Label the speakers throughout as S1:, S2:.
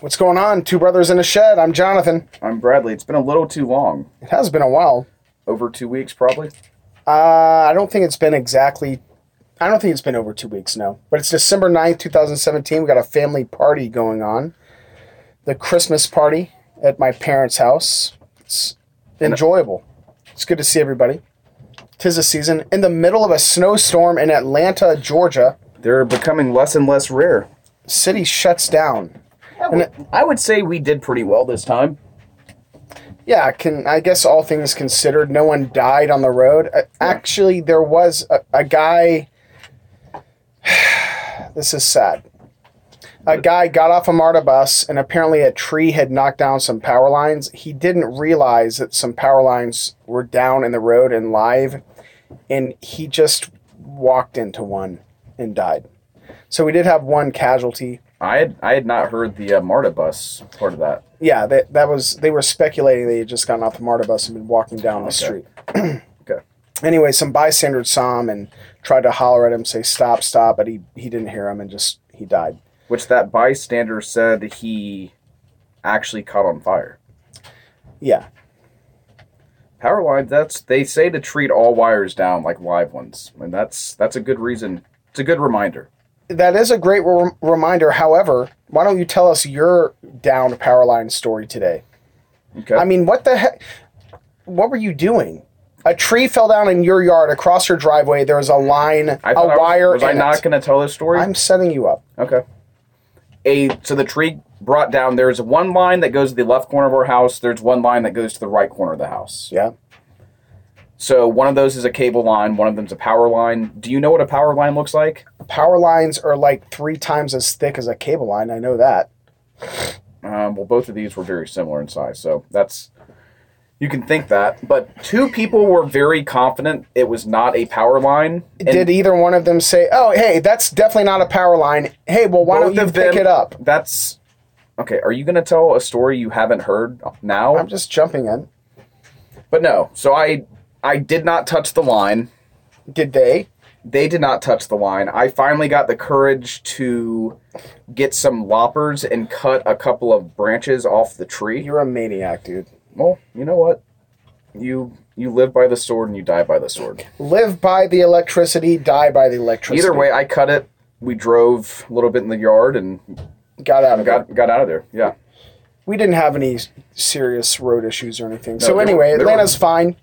S1: What's going on? Two brothers in a shed. I'm Jonathan.
S2: I'm Bradley. It's been a little too long.
S1: It has been a while.
S2: Over two weeks, probably.
S1: Uh, I don't think it's been exactly. I don't think it's been over two weeks now. But it's December 9th, 2017. We got a family party going on. The Christmas party at my parents' house. It's enjoyable. It's good to see everybody. Tis the season. In the middle of a snowstorm in Atlanta, Georgia,
S2: They're becoming less and less rare.
S1: city shuts down. And it-
S2: I would say we did pretty well this time.
S1: Yeah, can I guess all things considered, no one died on the road. Uh, Actually, there was a, a guy. this is sad. A guy got off a MARTA bus, and apparently a tree had knocked down some power lines. He didn't realize that some power lines were down in the road and live, and he just walked into one and died. So we did have one casualty.
S2: I had I had not heard the uh, MARTA bus part of that.
S1: Yeah, that, that was they were speculating they had just gotten off the MARTA bus and been walking down the street.
S2: Okay.
S1: anyway, some bystander saw him and tried to holler at him, say stop, stop, but he he didn't hear him and just he died.
S2: Which that bystander said he actually caught on fire.
S1: Yeah,
S2: Power lines. That's they say to treat all wires down like live ones, and that's that's a good reason. It's a good reminder.
S1: that is a great re- reminder. However, why don't you tell us your downed power line story today?
S2: Okay.
S1: I mean, what the heck? What were you doing? A tree fell down in your yard across your driveway. There was a line, a
S2: I thought I was-
S1: wire.
S2: Was I
S1: in it.
S2: not going to tell this story?
S1: I'm setting you up.
S2: Okay. A so the tree brought down. There's one line that goes to the left corner of our house. There's one line that goes to the right corner of the house.
S1: Yeah.
S2: So one of those is a cable line. One of them's a power line. Do you know what a power line looks like?
S1: Power lines are like three times as thick as a cable line. I know that.
S2: Um, well, both of these were very similar in size. So that's you can think that. But two people were very confident it was not a power line. and
S1: Did either one of them say, "Oh, hey, that's definitely not a power line"? Hey, well, why don't
S2: both
S1: you
S2: of
S1: pick
S2: them-
S1: it up?
S2: That's okay. Are you going to tell a story you haven't heard now?
S1: I'm just jumping in.
S2: but no. So I I did not touch the line.
S1: Did they?
S2: they did not touch the line. I finally got the courage to get some loppers and cut a couple of branches off the tree.
S1: You're a maniac, dude.
S2: Well, you know what? You you live by the sword and you die by the sword.
S1: Live by the electricity, die by the electricity.
S2: Either way, I cut it. We drove a little bit in the yard and
S1: got out of it.
S2: got got out of there. Yeah.
S1: We didn't have any s- serious road issues or anything.
S2: there
S1: so
S2: were-
S1: anyway,
S2: there were-
S1: Atlanta's fine.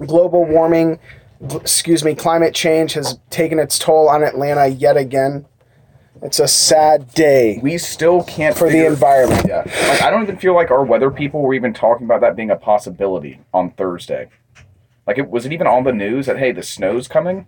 S1: Global warming, gl- excuse me, climate change has taken its toll on Atlanta yet again. It's a sad day
S2: We still can't
S1: for the
S2: figure-
S1: environment.
S2: Yeah. Like, I don't even feel like our weather people were even talking about that being a possibility on Thursday. Like, it was it even on the news that hey, the snow's coming?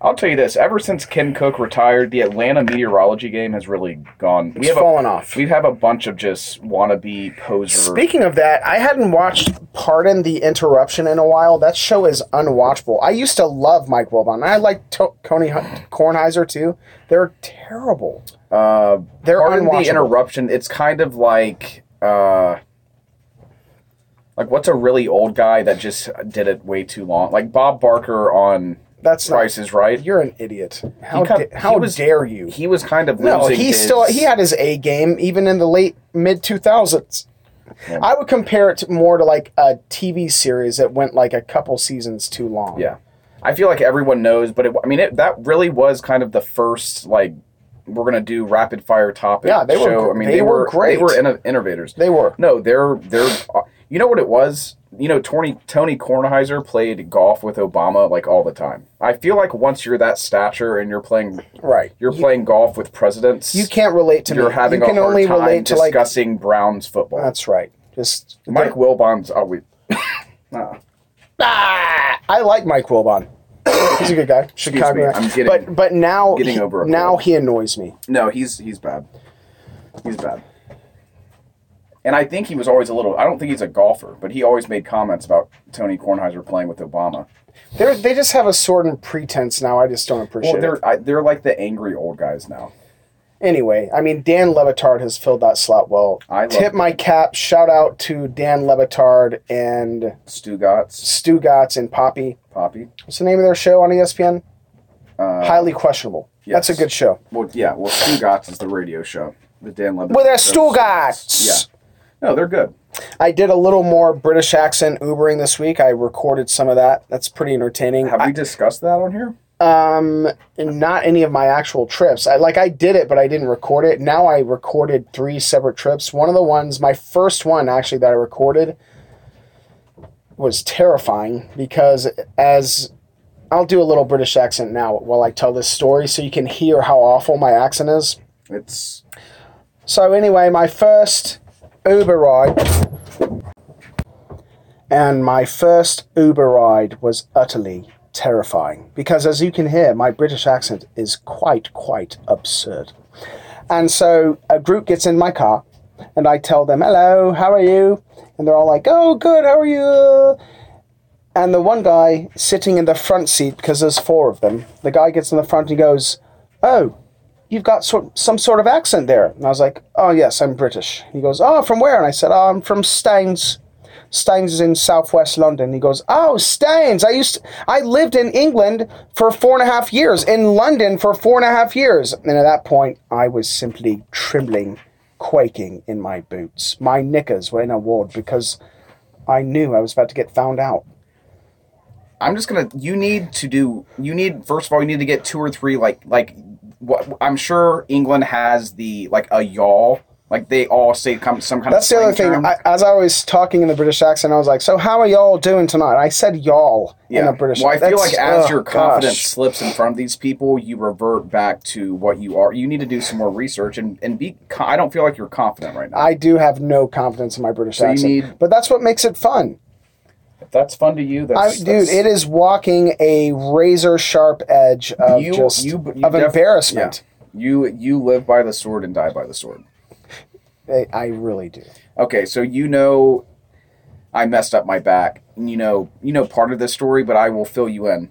S2: I'll tell you this: ever since Ken Cook retired, the Atlanta meteorology game has really gone. We
S1: It's
S2: have
S1: fallen
S2: a,
S1: off.
S2: We have a bunch of just wannabe poser.
S1: Speaking of that, I hadn't watched Pardon the Interruption in a while. That show is unwatchable. I used to love Mike Wilbon. I like to- Coney H- Kornheiser too. They're terrible.
S2: uh,
S1: They're
S2: pardon
S1: unwatchable.
S2: the interruption. It's kind of like. Uh, like what's a really old guy that just did it way too long? Like Bob Barker on
S1: That's not,
S2: Price is Right.
S1: you're an idiot. How,
S2: cut-
S1: da- how
S2: he was-
S1: dare you?
S2: he was kind of losing
S1: no, he
S2: his-
S1: still he had his A game even in the late mid two thousands.
S2: Yeah.
S1: I would compare it to, more to like a TV series that went like a couple seasons too long.
S2: yeah i feel like everyone knows but it, i mean it, that really was kind of the first like we're gonna do rapid fire topic
S1: Yeah, they were
S2: show.
S1: gr-
S2: i mean
S1: they were great.
S2: they were inno- innovators
S1: they were.
S2: no they're they're uh, you know what it was you know tony tony kornheiser played golf with obama like all the time i feel like once you're that stature and you're playing
S1: Right,
S2: you're playing golf with presidents
S1: you can't relate to
S2: you're
S1: me.
S2: having
S1: you can
S2: a hard
S1: only
S2: time
S1: relate to like Uh,
S2: discussing brown's football
S1: that's right. Just
S2: mike wilbon's oh, always Ah.
S1: Ah, I like Mike Wilbon. He's a good guy. Chicago.
S2: me,
S1: guy.
S2: I'm getting-
S1: but but now
S2: getting
S1: he,
S2: over a
S1: now
S2: cold.
S1: he annoys me.
S2: No, he's he's bad. He's bad. And I think he was always a little. I don't think he's a golfer, but he always made comments about Tony Kornheiser playing with Obama.
S1: They they just have a sort of pretense now. I just don't appreciate
S2: Well,
S1: it.
S2: they're I, they're like the angry old guys now.
S1: Anyway, I mean Dan Levitard has filled that slot well.
S2: I love
S1: Tip my cap. Shout out to Dan Levitard and
S2: Stugatz,
S1: Stu Gatz and Poppy.
S2: Poppy.
S1: What's the name of their show on E ESPN?
S2: Uh,
S1: Highly questionable. That's
S2: yes.
S1: a good show.
S2: well, yeah. Well, Stugatz is the radio show. the Dan Levin.
S1: With our Stuttgarts.
S2: Yeah. No, they're good.
S1: I did a little more British accent Ubering this week. I recorded some of that. That's pretty entertaining.
S2: Have we discussed that on here?
S1: um not any of my actual trips i like i did it but i didn't record it now i recorded three separate trips one of the ones my first one actually that i recorded was terrifying because as i'll do a little british accent now while i tell this story so you can hear how awful my accent is
S2: It's
S1: so anyway, my first Uber ride and my first Uber ride was utterly terrifying because as you can hear, my British accent is quite quite absurd. And so a group gets in my car and I tell them, "Hello, how are you?" And they're all like, "Oh, good. How are you?" And the one guy sitting in the front seat because there's four of them. The guy gets in the front and goes, "Oh, you've got sort, some sort of accent there. And I was like, oh, yes, I'm British. He goes, oh, from where? And I said, oh, I'm from Staines. Staines is in southwest London. He goes, oh, Staines. I used, I lived in England for four and a half years, in London for four and a half years. And at that point, I was simply trembling, quaking in my boots. My knickers were in a wad because I knew I was about to get found out.
S2: I'm just gonna. You need to do. You need first of all. You need to get two or three like like. What I'm sure England has the like a y'all. Like they all say come some kind
S1: That's
S2: of.
S1: the other
S2: slang
S1: thing.
S2: term.
S1: I, as I was talking in the British accent, I was like, "So how are y'all doing tonight?" I said "y'all" in a British.
S2: Well, I feel
S1: that's-
S2: like as
S1: oh,
S2: your confidence
S1: gosh.
S2: slips in front of these people, you revert back to what you are. You need to do some more research and and be. co- I don't feel like you're confident right now.
S1: I do have no confidence in my British
S2: you
S1: accent,
S2: need-
S1: but that's what makes it fun,
S2: if that's fun to you,
S1: I,
S2: that's,
S1: dude. It is walking a razor sharp edge of
S2: You-
S1: just
S2: you- you
S1: of
S2: def-
S1: embarrassment.
S2: You you live by the sword and die by the sword.
S1: I, I really do.
S2: Okay, so you know, I messed up my back. and You know, you know part of this story, but I will fill you in.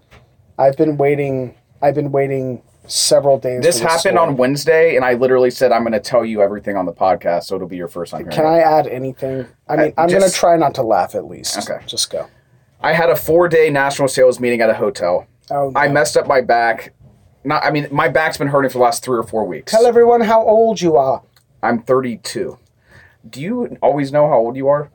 S1: I've been waiting. I've been waiting several days.
S2: This
S1: for
S2: happened
S1: story.
S2: on Wednesday, and I literally said I'm going to tell you everything on the podcast, so it'll be your first time. hearing
S1: Can
S2: it.
S1: I add anything? I mean, I, am gonna
S2: just-
S1: try not to laugh at least.
S2: Okay.
S1: just go.
S2: I had a four day national sales meeting at a hotel.
S1: Oh,
S2: I
S1: no.
S2: messed up my back. Not, I mean, my back's been hurting for the last three or four weeks.
S1: Tell everyone how old you are.
S2: I'm 32. Do you always know how old you are?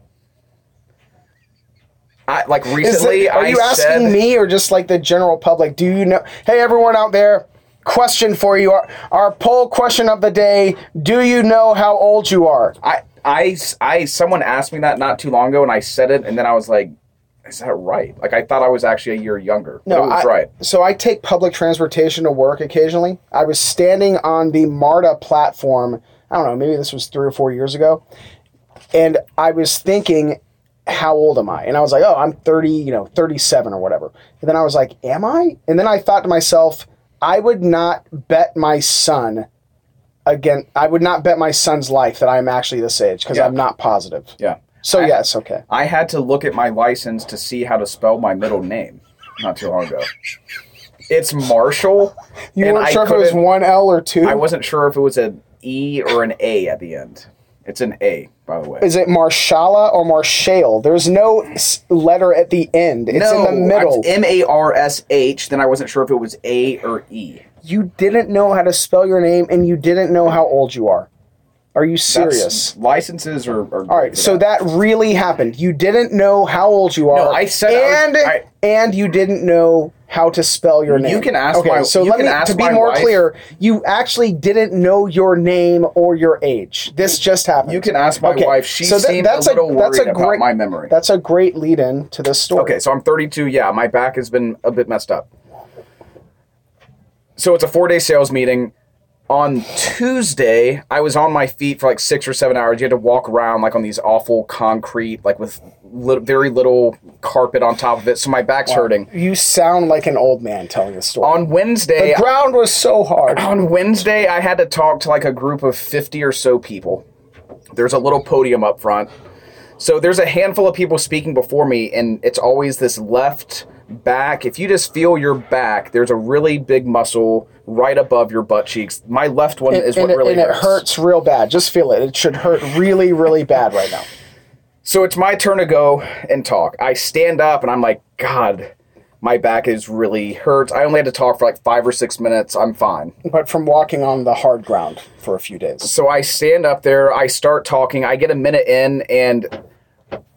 S2: I like
S1: Is
S2: recently.
S1: it- are
S2: I
S1: you asking
S2: said,
S1: me or just like the general public? Do you know? Hey, everyone out there, question for you. Our, our poll question of the day Do you know how old you are?
S2: I, I, I, someone asked me that not too long ago, and I said it, and then I was like, "Is that right?" Like I thought I was actually a year younger. but it was
S1: I,
S2: right.
S1: So I take public transportation to work occasionally. I was standing on the MARTA platform. I don't know, maybe this was three or four years ago. And I was thinking, how old am I? And I was like, oh, I'm 30, you know, 37 or whatever. And then I was like, am I? And then I thought to myself, I would not bet my son again. I would not bet my son's life that I'm actually this age because
S2: Yeah.
S1: I'm not positive.
S2: Yeah.
S1: So, yes, okay.
S2: I had to look at my license to see how to spell my middle name not too long ago. It's Marshall.
S1: You
S2: and
S1: weren't
S2: I
S1: sure if it was
S2: couldn't-
S1: one L or two?
S2: I wasn't sure if it was an E or an A at the end. It's an A, by the way.
S1: Is it Marshala or Marshale? There's no s- letter at the end. It's in the middle.
S2: M A R S H. Then I wasn't sure if it was A or E.
S1: you didn't know how to spell your name, and you didn't know how old you are. Are you
S2: That's-
S1: serious?
S2: Licenses are. are
S1: All right, so that really happened. You didn't know how old you are.
S2: I said I
S1: and
S2: was- I-
S1: and you didn't know how to spell your name.
S2: can ask
S1: Okay,
S2: my-
S1: so
S2: you
S1: let
S2: can
S1: me
S2: ask
S1: to be
S2: my
S1: more
S2: wife.
S1: clear. You actually didn't know your name or your age. This just happened.
S2: You can ask my
S1: Okay,
S2: wife. She
S1: so that-
S2: seemed
S1: that's
S2: a
S1: a-
S2: little
S1: that's a
S2: worried about
S1: great-
S2: my memory.
S1: That's a great lead-in to this story.
S2: Okay, so I'm 32. Yeah, my back has been a bit messed up. So it's a four day sales meeting. On Tuesday, I was on my feet for like six or seven hours. You had to walk around like on these awful concrete, like with lit very little carpet on top of it. So my back's hurting.
S1: You sound like an old man telling the story.
S2: On Wednesday,
S1: the ground was so hard.
S2: on Wednesday, I had to talk to like a group of 50 or so people. There's a little podium up front. So there's a handful of people speaking before me, and it's always this left back. If you just feel your back, there's a really big muscle right above your butt cheeks. My left one is
S1: and
S2: what
S1: it,
S2: really
S1: and
S2: hurts.
S1: it hurts real bad. Just feel it. It should hurt really, really bad right now.
S2: So it's my turn to go and talk. I stand up and I'm like, God, My back is really hurt. I only had to talk for like five or six minutes. I'm fine.
S1: but from walking on the hard ground for a few days.
S2: So I stand up there, I start talking, I get a minute in, and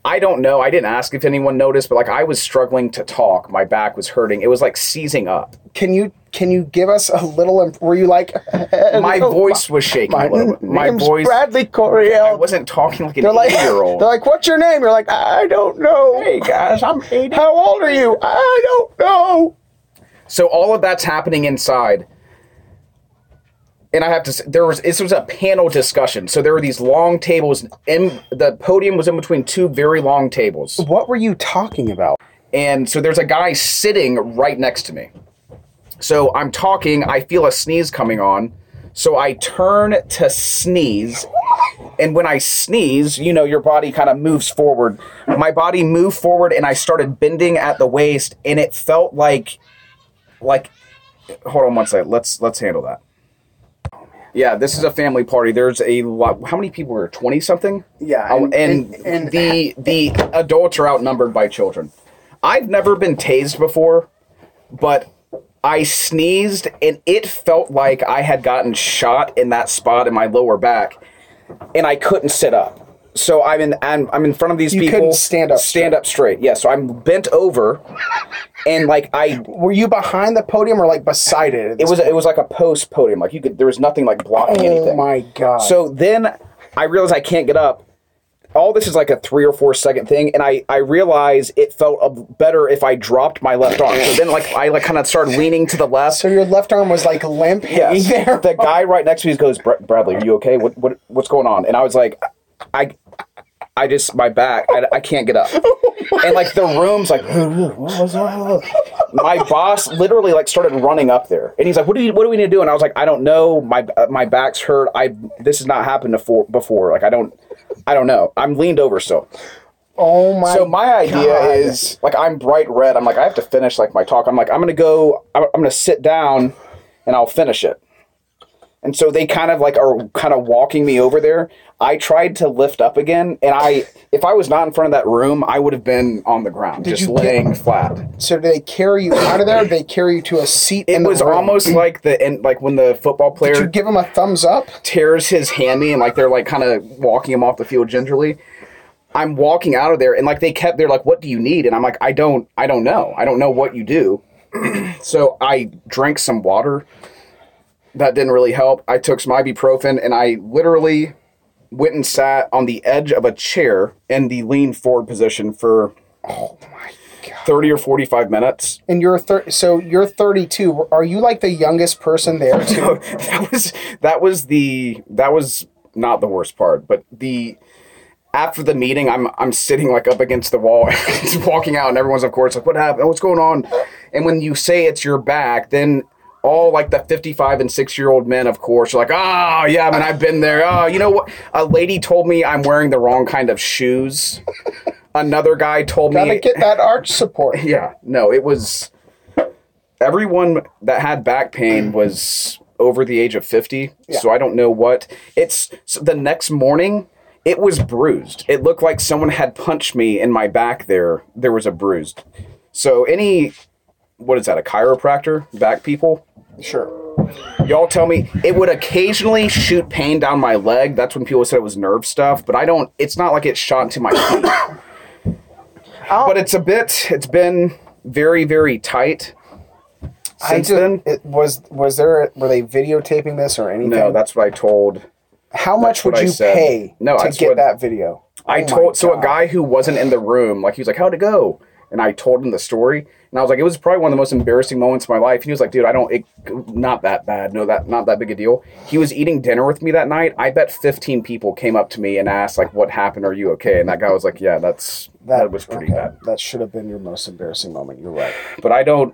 S2: I don't know, I didn't ask if anyone noticed, but like I was struggling to talk. My back was hurting. It was like seizing up.
S1: Can you can you give us a little? imp- Were you like
S2: My voice was shaking
S1: My,
S2: a little bit. My
S1: name's
S2: voice
S1: Bradley
S2: I
S1: Coryell.
S2: wasn't talking like an
S1: They're like
S2: eight year old.
S1: they're like, what's your name? You're like, I don't know. Hey guys, I'm eight. How old are you? I don't know.
S2: So all of that's happening inside. And I have to s there was this was a panel discussion. So there were these long tables and the podium was in between two very long tables.
S1: What were you talking about?
S2: And so there's a guy sitting right next to me. So I'm talking, I feel a sneeze coming on. So I turn to sneeze. And when I sneeze, you know, your body kind of moves forward. My body moved forward and I started bending at the waist and it felt like like hold on one second. Let's let's handle that. Yeah, this is a family party. There's a lot. How many people were 20 something?
S1: Yeah,
S2: Oh,
S1: and-
S2: and,
S1: and- and-
S2: the the adults are outnumbered by children. I've never been tased before, but I sneezed and it felt like I had gotten shot in that spot in my lower back, and I couldn't sit up. So I'm in I'm, I'm in front of these
S1: You
S2: people.
S1: couldn't stand up
S2: Stand up straight. Yeah. So I'm bent over, and like I
S1: Were you behind the podium or like beside it?
S2: it was it was like a post podium. Like you could there was nothing like blocking
S1: Oh
S2: anything.
S1: my god.
S2: So then I realize I can't get up. All this is like a three or four second thing, and I I realize it felt uh, better if I dropped my left arm. So then like I like kind of started leaning to the left.
S1: So your left arm was like limp hanging
S2: Yes.
S1: there.
S2: The guy right next to me goes, "Br- Bradley, are you okay? What what what's going on? And I was like, I. I just my back. I, I can't get up, and like the room's like. my boss literally like started running up there, and he's like, "What do you? What do we need to do?" And I was like, "I don't know. My uh, my back's hurt. I this has not happened before. Before like I don't, I don't know. I'm leaned over still.
S1: Oh my.
S2: So my idea
S1: God.
S2: is like I'm bright red. I'm like I have to finish like my talk. I'm like I'm gonna go. I'm, I'm gonna sit down, and I'll finish it. And so they kind of like are kind of walking me over there. I tried to lift up again, and I if I was not in front of that room, I would have been on the ground, just
S1: you get-
S2: laying flat.
S1: So do they carry you out of there? Or do they carry you to a seat.
S2: It
S1: in the
S2: was
S1: room?
S2: almost like the end, like when the football
S1: Did you
S2: player
S1: give him a thumbs up?
S2: tears his hammy and like they're like kind of walking him off the field gingerly. I'm walking out of there and like they kept they're like, "What do you need?" And I'm like, "I don't, I don't know. I don't know what you do." so I drank some water. That didn't really help. I took some ibuprofen and I literally went and sat on the edge of a chair in the lean forward position for oh thirty or forty five minutes.
S1: And you're thir- so you're 32. Are you like the youngest person there? Too?
S2: So that was that was the that was not the worst part, but the after the meeting, I'm I'm sitting like up against the wall, just walking out, and everyone's of course like, "What happened? What's going on?" And when you say it's your back, then all like the 55 and 6 year old men of course are like oh yeah man i've been there oh you know what a lady told me i'm wearing the wrong kind of shoes another guy told
S1: Gotta
S2: me
S1: get that arch support.
S2: yeah, no, it was everyone that had back pain was over the age of 50. So I don't know what. It's so the next morning it was bruised. It looked like someone had punched me in my back there. There was a bruise. So any what is that? A chiropractor? Back people?
S1: Sure.
S2: Y'all tell me it would occasionally shoot pain down my leg. That's when people said it was nerve stuff, but I don't it's not like it shot into my feet.
S1: Oh.
S2: but it's a bit it's been very, very tight.
S1: I
S2: Since
S1: just,
S2: then?
S1: it was was there were they videotaping this or anything?
S2: No, that's what I told.
S1: How much would
S2: what I
S1: you
S2: said.
S1: pay
S2: No,
S1: to
S2: that's
S1: get
S2: what-
S1: that video?
S2: I
S1: Oh my
S2: told so a
S1: God.
S2: guy who wasn't in the room, like he was like, "How'd it go?" And I told him the story, and I was like, "It was probably one of the most embarrassing moments of my life." And he was like, "Dude, I don't, it, not that bad. No, that not that big a deal." He was eating dinner with me that night. I bet fifteen people came up to me and asked, like, "What happened? Are you okay?" And that guy was like, "Yeah, that's that, was pretty
S1: okay.
S2: bad."
S1: That should have been your most embarrassing moment. You're right.
S2: But I don't.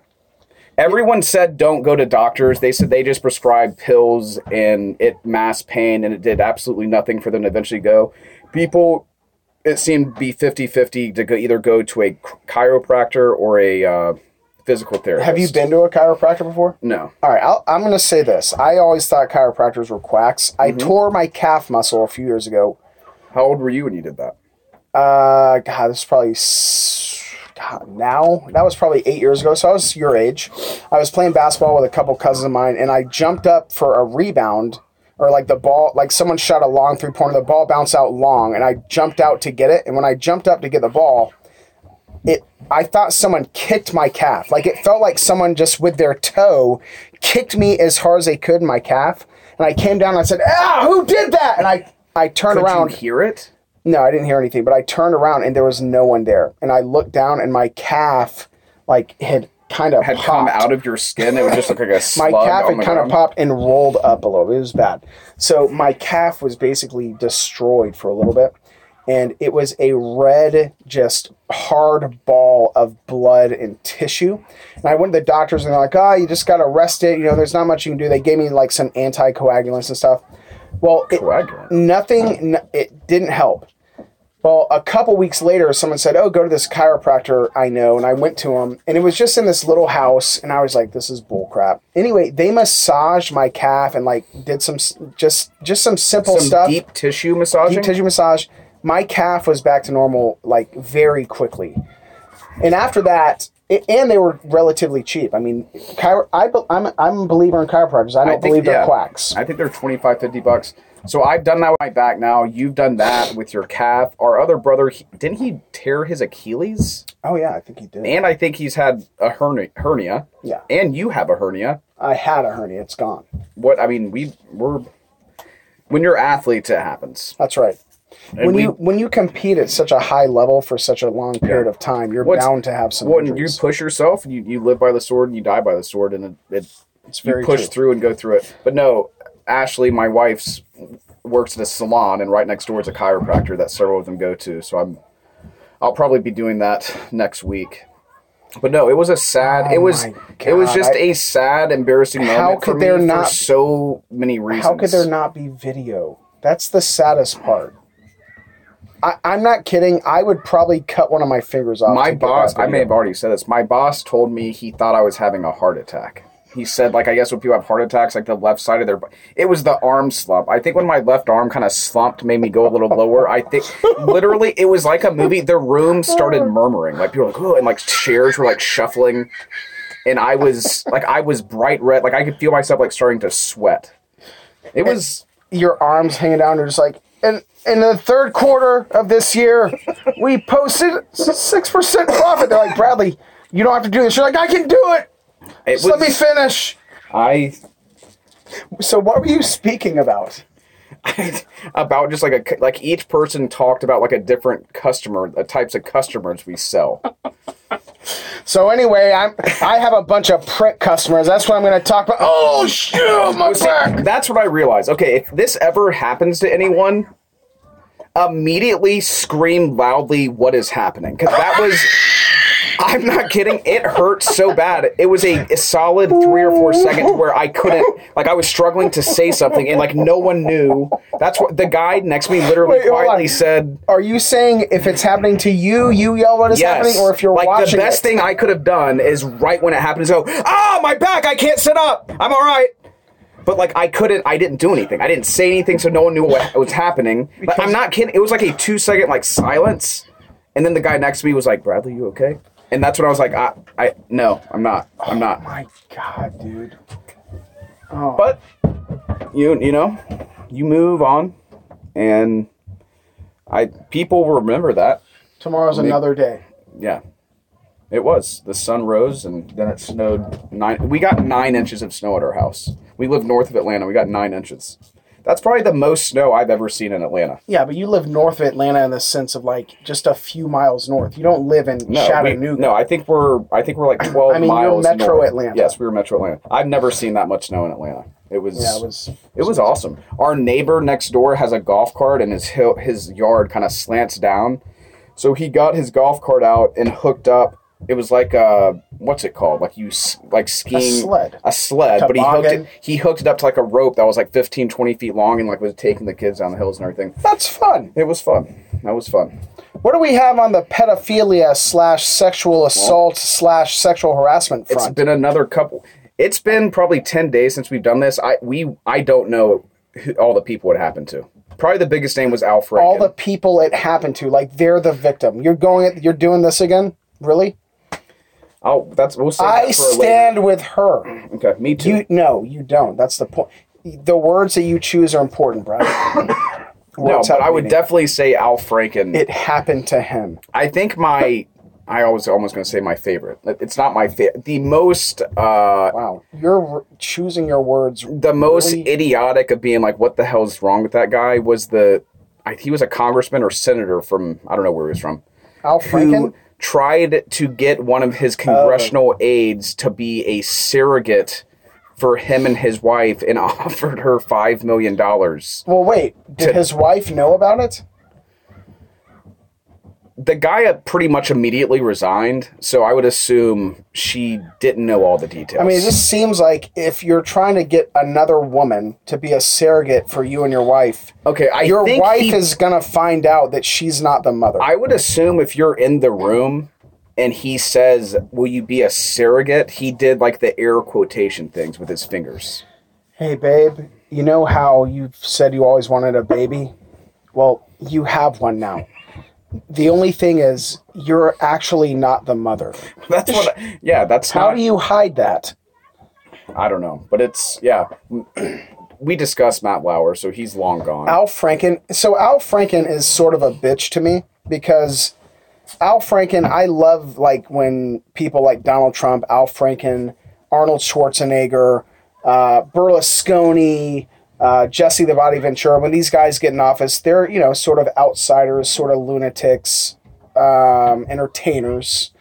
S2: Everyone said don't go to doctors. They said they just prescribed pills and it masked pain and it did absolutely nothing for them to eventually go. People, it seemed to be 50 50 to go, either go to a chiropractor or a uh, physical therapist.
S1: Have you been to a chiropractor before?
S2: No.
S1: All right, I'll, I'm going to say this. I always thought chiropractors were quacks. I tore my calf muscle a few years ago.
S2: How old were you when you did that?
S1: Uh, God, this is probably s- God, now that was probably eight years ago. So I was your age. I was playing basketball with a couple cousins of mine, and I jumped up for a rebound, or like the ball, like someone shot a long three pointer. The ball bounced out long, and I jumped out to get it. And when I jumped up to get the ball, it I thought someone kicked my calf. Like it felt like someone just with their toe kicked me as hard as they could in my calf. And I came down and I said, Ah, who did that? And I, I turned
S2: Could
S1: around.
S2: you hear it?
S1: No, I didn't hear anything, but I turned around and there was no one there. And I looked down and my calf like had kind of
S2: Had
S1: popped.
S2: come out of your skin. It would just look like a
S1: my
S2: slug Oh
S1: calf
S2: on
S1: had
S2: the
S1: kind of
S2: ground.
S1: popped and rolled up a little bit. It was bad. So my calf was basically destroyed for a little bit. And it was a red, just hard ball of blood and tissue. And I went to the doctors and they're like, oh, you just got to rest it. You know, there's not much you can do. They gave me like some anticoagulants and stuff. Well, it,
S2: Coagulant.
S1: nothing n- it didn't help well a couple weeks later someone said oh go to this chiropractor i know and i went to him and it was just in this little house and i was like this is bullcrap anyway they massaged my calf and like did some s- just just some simple
S2: Some
S1: stuff
S2: deep tissue massaging.
S1: deep tissue massage my calf was back to normal like very quickly and after that it, and they were relatively cheap i mean chiro- I, be- I'm, I'm a believer in chiropractors i don't
S2: think-
S1: believe they're
S2: yeah.
S1: quacks
S2: I think they're 25, 50 bucks. So I've done that with my back now. You've done that with your calf. Our other brother, he, didn't he tear his Achilles?
S1: oh yeah i think he did
S2: And I think he's had a hernia. hernia.
S1: Yeah.
S2: And you have a hernia.
S1: i had a hernia it's gone
S2: What, I mean, we, we're, when you're athletes, it happens.
S1: That's right. when
S2: we-
S1: you when you compete at such a high level for such a long period of time, you're
S2: What's-
S1: bound to have some
S2: When you
S1: injuries.
S2: push yourself, you, you live by the sword and you die by the sword. And it, it,
S1: it's
S2: you push through and go through it. But no, Ashley, my wife's works at a salon, and right next door is a chiropractor that several of them go to. So I'm, I'll probably be doing that next week. But no, it was a sad. it
S1: Oh
S2: was
S1: my
S2: it was
S1: God,
S2: just
S1: I-
S2: a sad, embarrassing moment
S1: How
S2: for
S1: could
S2: me
S1: there
S2: for
S1: not-
S2: so many reasons.
S1: How could there not be video? That's the saddest part. I, I'm not kidding. I would probably cut one of my fingers off.
S2: My
S1: to get
S2: boss,
S1: that
S2: I may
S1: video.
S2: have already said this. My boss told me he thought I was having a heart attack. He said, like, I guess when people have heart attacks, like the left side of their, bo- it was the arm slump. I think when my left arm kind of slumped, made me go a little lower. I think literally it was like a movie. The room started murmuring, like people were like, oh, and like chairs were like shuffling, and I was like, I was bright red, like I could feel myself like starting to sweat. It was
S1: your arms hanging down. You're just like, and in the third quarter of this year, we posted six percent profit. They're like, Bradley, you don't have to do this. You're like, I can do it.
S2: it
S1: Just let me
S2: was
S1: finish.
S2: I
S1: So what were you speaking about?
S2: about just like a cu- like each person talked about like a different customer, the types of customers we sell.
S1: So anyway, I'm I have a bunch of prick customers. That's what I'm going to talk about. Oh shit, my back.
S2: That's what I realized. Okay, if this ever happens to anyone, immediately scream loudly what is happening because that was. I'm not kidding. It hurt so bad. It was a, a solid three or four seconds where I couldn't, like, I was struggling to say something, and like no one knew. That's what the guy next to me literally
S1: Wait, hold on.
S2: quietly said.
S1: Are you saying if it's happening to you, you yell what is
S2: Yes.
S1: happening, or if you're
S2: like
S1: watching
S2: the best
S1: it?
S2: thing I could have done is right when it happened is go, ah, my back, I can't sit up. I'm all right. But like I couldn't, I didn't do anything. I didn't say anything, so no one knew what was happening. Like, I'm not kidding. It was like a two second like silence, and then the guy next to me was like, Bradley, you okay? And that's when I was like, I, I no, I'm not, I'm not.
S1: My God, dude. Oh,
S2: But you, you know, you move on, and I people remember that.
S1: Tomorrow's another day.
S2: Yeah. It was. The sun rose and then it snowed nine we got nine inches of snow at our house. We live north of Atlanta. We got nine inches. That's probably the most snow I've ever seen in Atlanta.
S1: Yeah, but you live north of Atlanta in the sense of like just a few miles north. You don't live in
S2: No, we-
S1: Chattanooga.
S2: no, I think we're I think we're like twelve
S1: I mean, you're
S2: miles.
S1: metro
S2: north.
S1: Atlanta.
S2: Yes, we were metro Atlanta. I've never seen that much snow in Atlanta. It was
S1: Yeah, it was.
S2: It was awesome. Our neighbor next door has a golf cart, and his hill, his yard kind of slants down. So he got his golf cart out and hooked up. It was like uh, what's it called? Like you s- like skiing
S1: sled.
S2: a sled, but he hooked
S1: Toboggan.
S2: it. He hooked it up to like a rope that was like 15, 20 feet long, and like was taking the kids down the hills and everything.
S1: That's fun.
S2: It was fun. That was fun.
S1: What do we have on the pedophilia slash sexual assault slash sexual harassment
S2: It's
S1: front?
S2: been another couple. It's been probably ten days since we've done this. I we I don't know who, all the people it happened to. Probably the biggest name was Al Franken.
S1: all the people it happened to like they're the victim you're going you're doing this again Really?
S2: I'll, that's we'll say
S1: I
S2: that for a later.
S1: stand with her.
S2: Okay, me too.
S1: You no, you don't. That's the point. The words that you choose are important, Brad.
S2: no,
S1: Words
S2: but
S1: have
S2: I would
S1: meaning.
S2: definitely say Al Franken.
S1: It happened to him.
S2: I think my I always almost going to say my favorite. It's not my favorite. The most uh
S1: Wow, you're r- choosing your words.
S2: the most
S1: Really?
S2: idiotic of being like what the hell's wrong with that guy was the I, he was a congressman or senator from I don't know where he was from
S1: Al
S2: who
S1: Franken. Oh.
S2: tried to get one of his congressional aides to be a surrogate for him and his wife and offered her 5 million dollars.
S1: Well, wait. Did
S2: to-
S1: his wife know about it?
S2: The guy uh, pretty much immediately resigned, so I would assume she didn't know all the details.
S1: I mean, it just seems like if you're trying to get another woman to be a surrogate for you and your wife,
S2: Okay, I
S1: your
S2: think
S1: wife
S2: he-
S1: is gonna find out that she's not the mother.
S2: I would assume if you're in the room and he says, "Will you be a surrogate?" He did like the air quotation things with his fingers.
S1: hey, babe, you know how you said you always wanted a baby? Well, you have one now. The only thing is, you're actually not the mother.
S2: That's what. I- yeah, that's
S1: How
S2: not.
S1: do you hide that?
S2: I don't know, but it's yeah. We discussed Matt Lauer, so he's long gone.
S1: Al Franken. So Al Franken is sort of a bitch to me because Al Franken. I love like when people like Donald Trump, Al Franken, Arnold Schwarzenegger, uh, Berlusconi, uh, Jesse the Body Ventura. When these guys get in office, they're you know sort of outsiders, sort of lunatics, um, entertainers.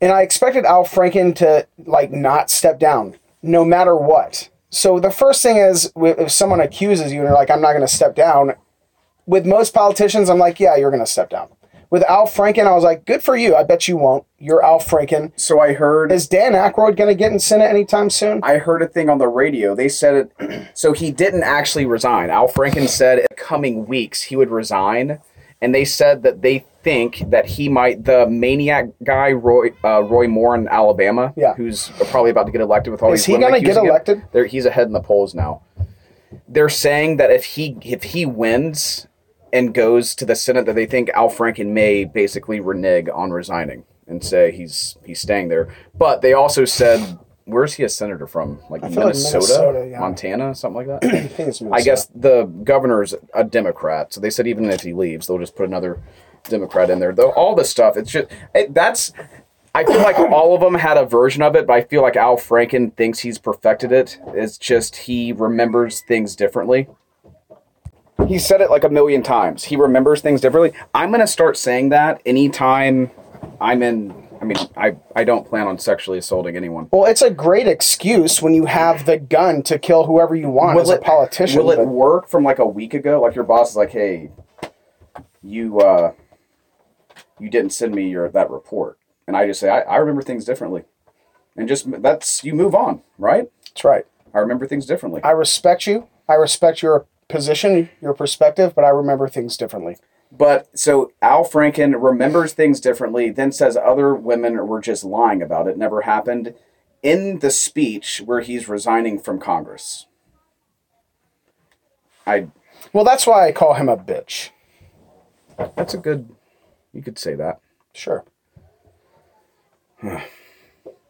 S1: And I expected Al Franken to like not step down, no matter what. So the first thing is, wi- if someone accuses you and you're like, "I'm not going to step down," with most politicians, I'm like, "Yeah, you're going to step down." With Al Franken, I was like, "Good for you. I bet you won't. You're Al Franken."
S2: so I heard.
S1: Is Dan Aykroyd going to get in Senate anytime soon?
S2: I heard a thing on the radio. They said it. So he didn't actually resign. Al Franken said in the coming weeks he would resign, and they said that they think that he might. The maniac guy, Roy uh, Roy Moore in Alabama,
S1: Yeah.
S2: who's probably about to get elected with all
S1: Is
S2: these.
S1: he
S2: women
S1: gonna get
S2: accusing him.
S1: elected?
S2: There, he's ahead in the polls now. They're saying that if he if he wins and goes to the Senate, that they think Al Franken may basically renege on resigning and say he's he's staying there. But they also said, where is he a senator from? Like
S1: feel like
S2: Minnesota,
S1: Minnesota, yeah.
S2: Montana, something like that.
S1: I think it's
S2: I
S1: Minnesota.
S2: guess the governor's a Democrat, so they said even if he leaves, they'll just put another Democrat in there. Though all this stuff, it's just it, that's. I feel like all of them had a version of it, but I feel like Al Franken thinks he's perfected it. It's just he remembers things differently. He said it like a million times. He remembers things differently. I'm gonna start saying that anytime I'm in. I mean, I I don't plan on sexually assaulting anyone.
S1: Well, it's a great excuse when you have the gun to kill whoever you want as a politician.
S2: Will it
S1: but-
S2: work from like a week ago? Like your boss is like, hey, you uh, you didn't send me your that report, and I just say I, I remember things differently, and just that's you move on, right?
S1: That's right.
S2: I remember things differently.
S1: I respect you. I respect your position, your perspective, but I remember things differently.
S2: But so Al Franken remembers things differently, then says other women were just lying about it, never happened. In the speech where he's resigning from Congress, I
S1: Well, that's why I call him a bitch.
S2: that's a good. You could say that.
S1: Sure.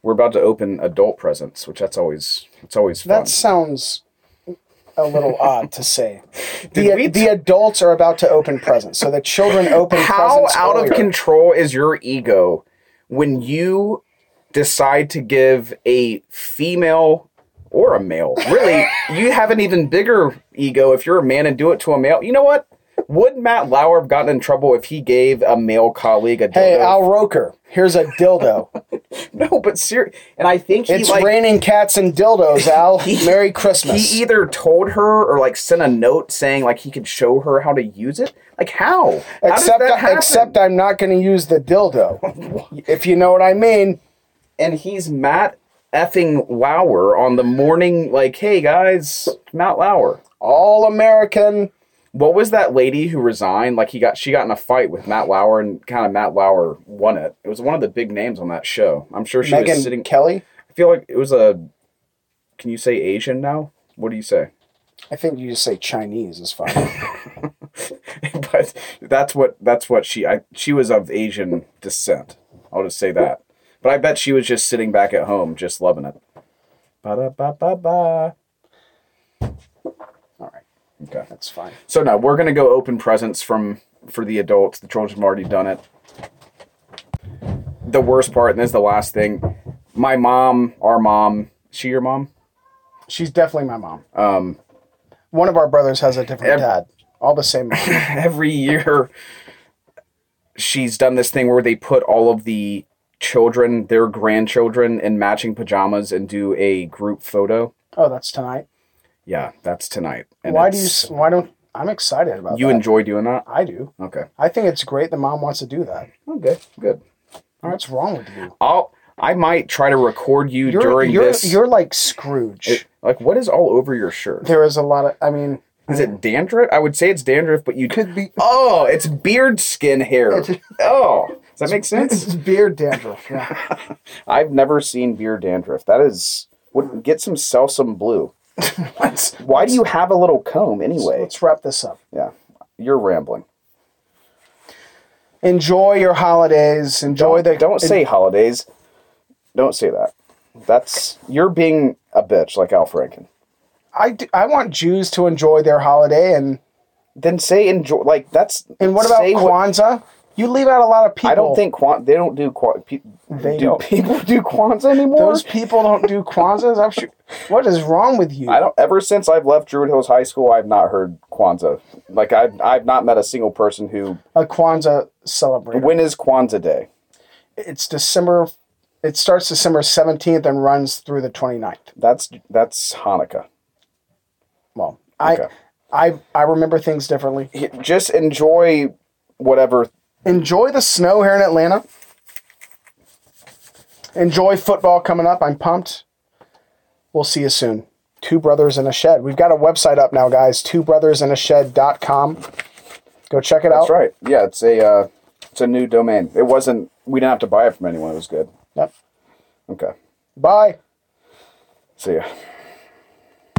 S2: we're about to open adult presents, which that's always it's always fun.
S1: That sounds a little odd to say.
S2: Did
S1: The,
S2: we
S1: the adults are about to open presents, so the children open
S2: How
S1: presents.
S2: out of
S1: earlier.
S2: control is your ego when you decide to give a female or a male? Really, you have an even bigger ego if you're a man and do it to a male. You know what? Would Matt Lauer have gotten in trouble if he gave a male colleague a dildo?
S1: Hey, Al Roker, here's a dildo.
S2: no, but ser and I think he
S1: It's
S2: like
S1: raining cats and dildos, Al. Merry Christmas.
S2: he either told her or like sent a note saying like he could show her how to use it. Like how? How does
S1: except,
S2: that
S1: I,
S2: happen?
S1: except I'm not going to use the dildo, if you know what I mean.
S2: and he's Matt effing Lauer on the morning, like, hey guys, Matt Lauer.
S1: All American.
S2: What was that lady who resigned? Like he got she got in a fight with Matt Lauer and kind of Matt Lauer won it. It was one of the big names on that show. I'm sure she
S1: Megan
S2: was sitting
S1: Kelly.
S2: I feel like it was a can you say Asian now? What do you say?
S1: I think you just say Chinese is fine.
S2: but that's what that's what she I she was of Asian descent. I'll just say that. But I bet she was just sitting back at home, just loving it. Ba da ba ba ba.
S1: All right,
S2: Okay.
S1: that's fine.
S2: So no, we're gonna go open presents from for the adults. The children have already done it. The worst part, and this is the last thing. My mom, our mom, she your mom?
S1: She's definitely my mom.
S2: Um,
S1: One of our brothers has a different
S2: Ev-
S1: dad. All the same. Mom.
S2: every year she's done this thing where they put all of the children, their grandchildren, in matching pajamas and do a group photo.
S1: oh, that's tonight.
S2: Yeah, that's tonight.
S1: why do you?
S2: it's-
S1: s- Why don't? I'm excited about
S2: you
S1: that.
S2: enjoy doing that?
S1: I do.
S2: Okay.
S1: I think it's great that mom wants to do that.
S2: Okay. Good.
S1: What's wrong with you?
S2: I'll. I might try to record you
S1: You're
S2: during
S1: you're,
S2: this.
S1: you're like Scrooge.
S2: It- like, what is all over your shirt?
S1: there is a lot of. I mean,
S2: Is it dandruff? I would say it's dandruff, but you could
S1: be-
S2: Oh, it's beard skin hair. oh, does that make sense?
S1: it's beard dandruff. Yeah.
S2: I've never seen beard dandruff. That is, would get some Selsum blue.
S1: let's,
S2: Why do you have a little comb anyway?
S1: let's wrap this up.
S2: Yeah, you're rambling.
S1: Enjoy your holidays. Enjoy the.
S2: Don't say holidays. Don't say that. That's you're being a bitch like Al Franken.
S1: I, d- I want Jews to enjoy their holiday and
S2: Then say enjoy. Like that's.
S1: and what about
S2: say what-
S1: Kwanzaa? You leave out a lot of people.
S2: I don't think Kwan. They don't do Kwan. Pe-
S1: They
S2: do
S1: don't.
S2: people do Kwanzaa anymore?
S1: those people don't do Kwanzaa's. I'm sure. What is wrong with you?
S2: I don't. Ever since I've left Druid Hills High School, I've not heard Kwanzaa. Like I've I've not met a single person who.
S1: A Kwanzaa celebrator.
S2: When is Kwanzaa Day?
S1: it's December. It starts December 17th and runs through the 29th.
S2: That's that's Hanukkah.
S1: Well, I
S2: Okay.
S1: I I remember things differently.
S2: Just enjoy whatever.
S1: Enjoy the snow here in Atlanta. Enjoy football coming up. I'm pumped. We'll see you soon. Two Brothers in a Shed. We've got a website up now, guys. Twobrothersinashed.com. Go check it out.
S2: That's right. Yeah, it's a uh, it's a new domain. It wasn't. We didn't have to buy it from anyone. It was good.
S1: Yep.
S2: Okay.
S1: Bye.
S2: See ya.